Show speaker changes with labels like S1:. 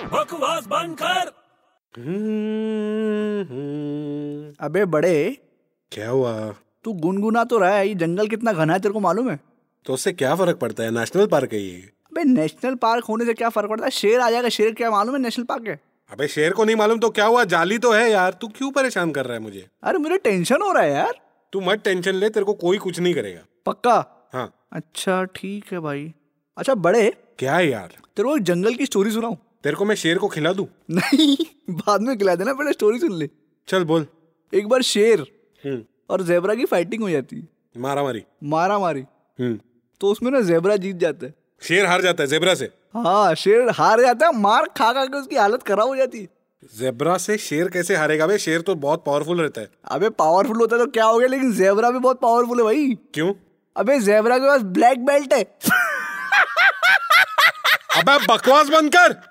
S1: आवाज बंद कर
S2: हम्म,
S3: अबे बड़े
S2: क्या हुआ
S3: तू गुनगुना तो रहा है ये जंगल कितना घना है तेरे को मालूम है
S2: तो उससे क्या फर्क पड़ता है नेशनल पार्क है ये
S3: अबे नेशनल पार्क होने से क्या फर्क पड़ता है शेर आ जाएगा शेर क्या मालूम है नेशनल पार्क है
S2: अबे शेर को नहीं मालूम तो क्या हुआ जाली तो है यार तू क्यों परेशान कर रहा है मुझे
S3: अरे मुझे टेंशन हो रहा है यार
S2: तू मत टेंशन ले तेरे को कोई कुछ नहीं करेगा
S3: पक्का
S2: हाँ
S3: अच्छा ठीक है भाई अच्छा बड़े तेरे
S2: क्या है यार
S3: को एक जंगल की स्टोरी सुनाऊं
S2: तेरे को मैं शेर को खिला दूं
S3: नहीं बाद में खिला देना पहले स्टोरी सुन ले
S2: चल बोल
S3: एक बार शेर
S2: हम्म
S3: और जेबरा की फाइटिंग हो जाती है
S2: मारा मारी
S3: मारा मारी
S2: हम्म
S3: तो उसमें ना जेबरा जीत जाता है
S2: शेर हार जाता है जेबरा से
S3: हाँ शेर हार जाता है मार खा खा के उसकी हालत खराब हो जाती है
S2: जेबरा से शेर कैसे हारेगा बे शेर तो बहुत पावरफुल रहता है
S3: अबे पावरफुल होता तो क्या हो गया लेकिन जेबरा भी बहुत पावरफुल है भाई
S2: क्यों
S3: अबे जेबरा के पास ब्लैक बेल्ट है
S2: अबे बकवास बंद कर